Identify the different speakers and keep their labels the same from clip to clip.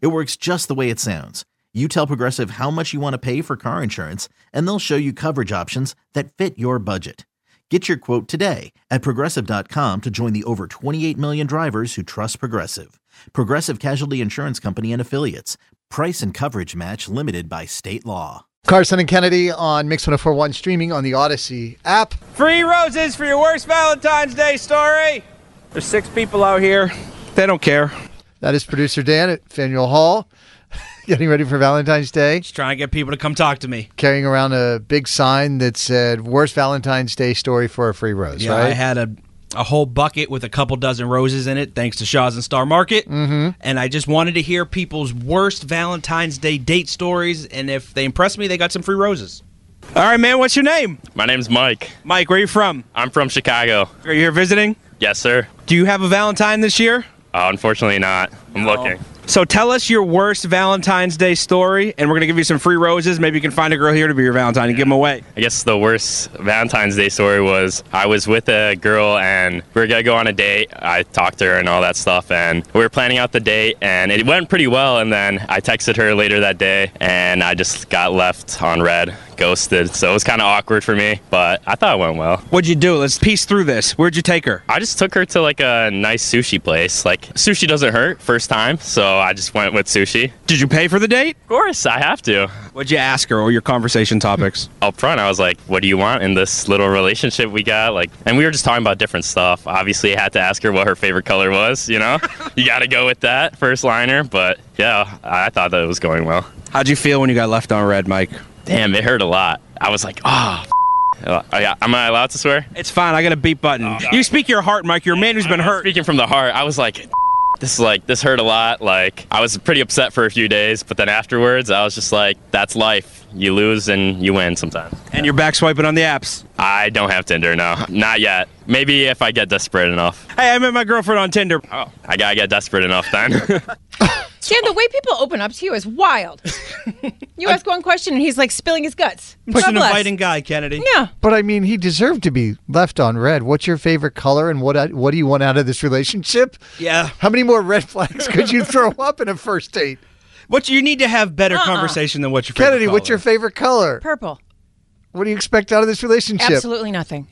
Speaker 1: It works just the way it sounds. You tell Progressive how much you want to pay for car insurance, and they'll show you coverage options that fit your budget. Get your quote today at progressive.com to join the over 28 million drivers who trust Progressive. Progressive Casualty Insurance Company and Affiliates. Price and coverage match limited by state law.
Speaker 2: Carson and Kennedy on Mix 1041 streaming on the Odyssey app.
Speaker 3: Free roses for your worst Valentine's Day story. There's six people out here. They don't care.
Speaker 2: That is producer Dan at Faneuil Hall, getting ready for Valentine's Day,
Speaker 3: Just trying to get people to come talk to me.
Speaker 2: carrying around a big sign that said "Worst Valentine's Day story for a free rose."
Speaker 3: Yeah,
Speaker 2: right?
Speaker 3: I had a a whole bucket with a couple dozen roses in it, thanks to Shaw's and Star Market. Mm-hmm. And I just wanted to hear people's worst Valentine's Day date stories, and if they impressed me, they got some free roses. All right, man. What's your name?
Speaker 4: My name's Mike.
Speaker 3: Mike. Where are you from?
Speaker 4: I'm from Chicago.
Speaker 3: Are you here visiting?
Speaker 4: Yes, sir.
Speaker 3: Do you have a Valentine this year?
Speaker 4: Uh, unfortunately, not. I'm looking.
Speaker 3: So tell us your worst Valentine's Day story, and we're gonna give you some free roses. Maybe you can find a girl here to be your Valentine and give them away.
Speaker 4: I guess the worst Valentine's Day story was I was with a girl and we were gonna go on a date. I talked to her and all that stuff, and we were planning out the date, and it went pretty well. And then I texted her later that day, and I just got left on red, ghosted. So it was kind of awkward for me, but I thought it went well.
Speaker 3: What'd you do? Let's piece through this. Where'd you take her?
Speaker 4: I just took her to like a nice sushi place. Like sushi doesn't hurt first time, so I just went with sushi.
Speaker 3: Did you pay for the date?
Speaker 4: Of course, I have to.
Speaker 3: What'd you ask her or your conversation topics?
Speaker 4: up front, I was like, "What do you want in this little relationship we got?" Like, and we were just talking about different stuff. Obviously, I had to ask her what her favorite color was. You know, you got to go with that first liner. But yeah, I I thought that it was going well.
Speaker 3: How'd you feel when you got left on red, Mike?
Speaker 4: Damn, it hurt a lot. I was like, "Ah." Oh, yeah, am I allowed to swear?
Speaker 3: It's fine. I got a beat button.
Speaker 2: Oh,
Speaker 3: you speak your heart, Mike. You're a man who's been hurt.
Speaker 4: Speaking from the heart, I was like, "This is like this hurt a lot." Like, I was pretty upset for a few days, but then afterwards, I was just like, "That's life. You lose and you win sometimes."
Speaker 3: And you're back swiping on the apps.
Speaker 4: I don't have Tinder now, not yet. Maybe if I get desperate enough.
Speaker 3: Hey, I met my girlfriend on Tinder.
Speaker 4: Oh, I gotta get desperate enough then.
Speaker 5: Dan, the way people open up to you is wild. you ask one question and he's like spilling his guts.
Speaker 3: Such
Speaker 5: God
Speaker 3: an
Speaker 5: bless.
Speaker 3: inviting guy, Kennedy.
Speaker 5: Yeah.
Speaker 2: But I mean, he deserved to be left on red. What's your favorite color, and what uh, what do you want out of this relationship?
Speaker 3: Yeah.
Speaker 2: How many more red flags could you throw up in a first date?
Speaker 3: What you need to have better
Speaker 5: Uh-uh.
Speaker 3: conversation than what your favorite
Speaker 2: Kennedy, what's
Speaker 3: color
Speaker 2: your
Speaker 3: is.
Speaker 2: favorite color?
Speaker 5: Purple.
Speaker 2: What do you expect out of this relationship?
Speaker 5: Absolutely nothing.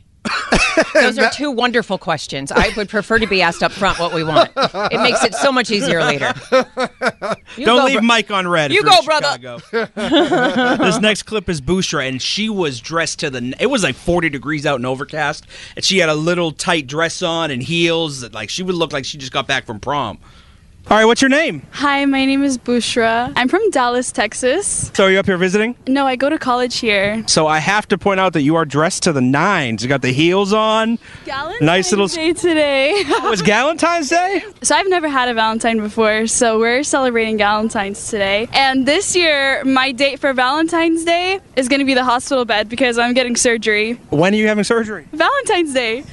Speaker 5: Those are two wonderful questions. I would prefer to be asked up front what we want. It makes it so much easier later. You
Speaker 3: Don't
Speaker 5: go,
Speaker 3: leave
Speaker 5: bro-
Speaker 3: Mike on red. if
Speaker 5: You
Speaker 3: you're in
Speaker 5: go, brother.
Speaker 3: Chicago. this next clip is Bushra, and she was dressed to the. n- It was like 40 degrees out and overcast, and she had a little tight dress on and heels. Like she would look like she just got back from prom. All right, what's your name?
Speaker 6: Hi, my name is Bushra. I'm from Dallas, Texas.
Speaker 3: So are you up here visiting?
Speaker 6: No, I go to college here.
Speaker 3: So I have to point out that you are dressed to the nines. You got the heels on.
Speaker 6: Valentine's
Speaker 3: Nice little-
Speaker 6: day today.
Speaker 3: It was Valentine's Day?
Speaker 6: so I've never had a Valentine before, so we're celebrating Valentine's today. And this year, my date for Valentine's Day is going to be the hospital bed because I'm getting surgery.
Speaker 3: When are you having surgery?
Speaker 6: Valentine's Day.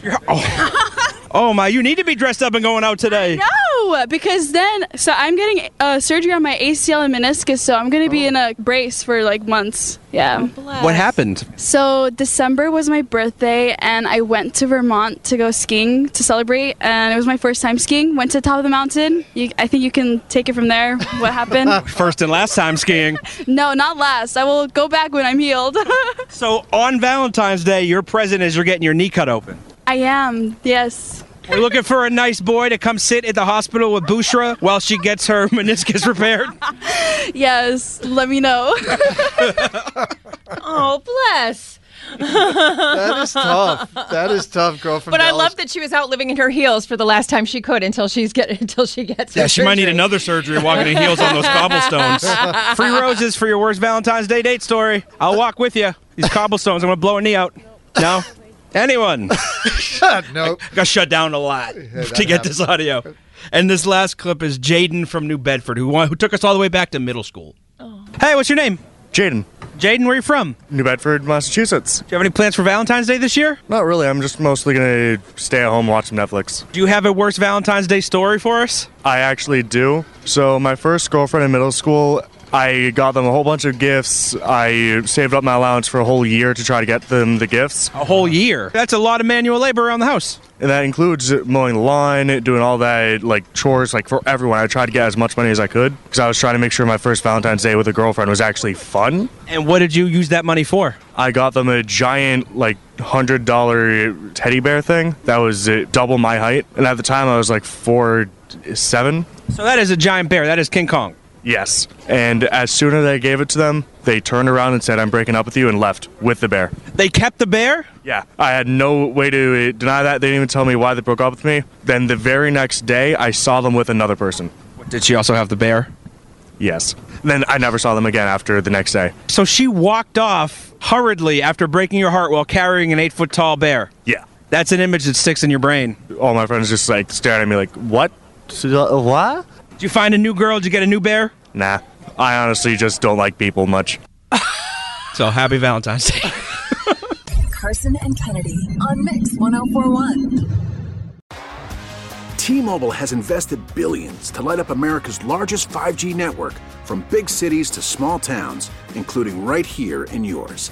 Speaker 3: Oh my, you need to be dressed up and going out today.
Speaker 6: No, Oh, because then, so I'm getting uh, surgery on my ACL and meniscus, so I'm going to be in a brace for like months. Yeah.
Speaker 3: What happened?
Speaker 6: So December was my birthday, and I went to Vermont to go skiing to celebrate. And it was my first time skiing. Went to the top of the mountain. You, I think you can take it from there. What happened?
Speaker 3: First and last time skiing.
Speaker 6: no, not last. I will go back when I'm healed.
Speaker 3: So on Valentine's Day, your present is you're getting your knee cut open.
Speaker 6: I am. Yes.
Speaker 3: We're looking for a nice boy to come sit at the hospital with Bushra while she gets her meniscus repaired.
Speaker 6: Yes. Let me know.
Speaker 5: Oh, bless.
Speaker 2: That is tough. That is tough, girl. From
Speaker 7: But I
Speaker 2: Dallas.
Speaker 7: love that she was out living in her heels for the last time she could until she's get until she gets.
Speaker 3: Yeah,
Speaker 7: her
Speaker 3: she might need
Speaker 7: surgery.
Speaker 3: another surgery walking in heels on those cobblestones. Free roses for your worst Valentine's Day date story. I'll walk with you. These cobblestones, I'm gonna blow her knee out. No, anyone?
Speaker 2: Nope.
Speaker 3: I got shut down a lot to get this audio. And this last clip is Jaden from New Bedford, who wa- who took us all the way back to middle school. Hey, what's your name?
Speaker 4: Jaden,
Speaker 3: Jaden, where are you from?
Speaker 4: New Bedford, Massachusetts.
Speaker 3: Do you have any plans for Valentine's Day this year?
Speaker 4: Not really. I'm just mostly gonna stay at home, watch some Netflix.
Speaker 3: Do you have a worst Valentine's Day story for us?
Speaker 4: I actually do. So my first girlfriend in middle school, I got them a whole bunch of gifts. I saved up my allowance for a whole year to try to get them the gifts.
Speaker 3: A whole year. That's a lot of manual labor around the house.
Speaker 4: And that includes mowing the lawn, doing all that like chores, like for everyone. I tried to get as much money as I could because I was trying to make sure my first Valentine's Day with a girlfriend was actually fun.
Speaker 3: And what did you use that money for?
Speaker 4: I got them a giant, like, hundred dollar teddy bear thing that was uh, double my height, and at the time I was like four seven.
Speaker 3: So that is a giant bear. That is King Kong.
Speaker 4: Yes, and as soon as I gave it to them, they turned around and said, "I'm breaking up with you," and left with the bear.
Speaker 3: They kept the bear?
Speaker 4: Yeah, I had no way to uh, deny that. They didn't even tell me why they broke up with me. Then the very next day, I saw them with another person.
Speaker 3: Did she also have the bear?
Speaker 4: Yes. Then I never saw them again after the next day.
Speaker 3: So she walked off hurriedly after breaking your heart while carrying an eight foot tall bear.
Speaker 4: Yeah.
Speaker 3: That's an image that sticks in your brain.
Speaker 4: All my friends just like stared at me like, "What? What?"
Speaker 3: Did you find a new girl? Did you get a new bear?
Speaker 4: Nah. I honestly just don't like people much.
Speaker 3: So happy Valentine's Day.
Speaker 8: Carson and Kennedy on Mix 1041.
Speaker 9: T-Mobile has invested billions to light up America's largest 5G network from big cities to small towns, including right here in yours.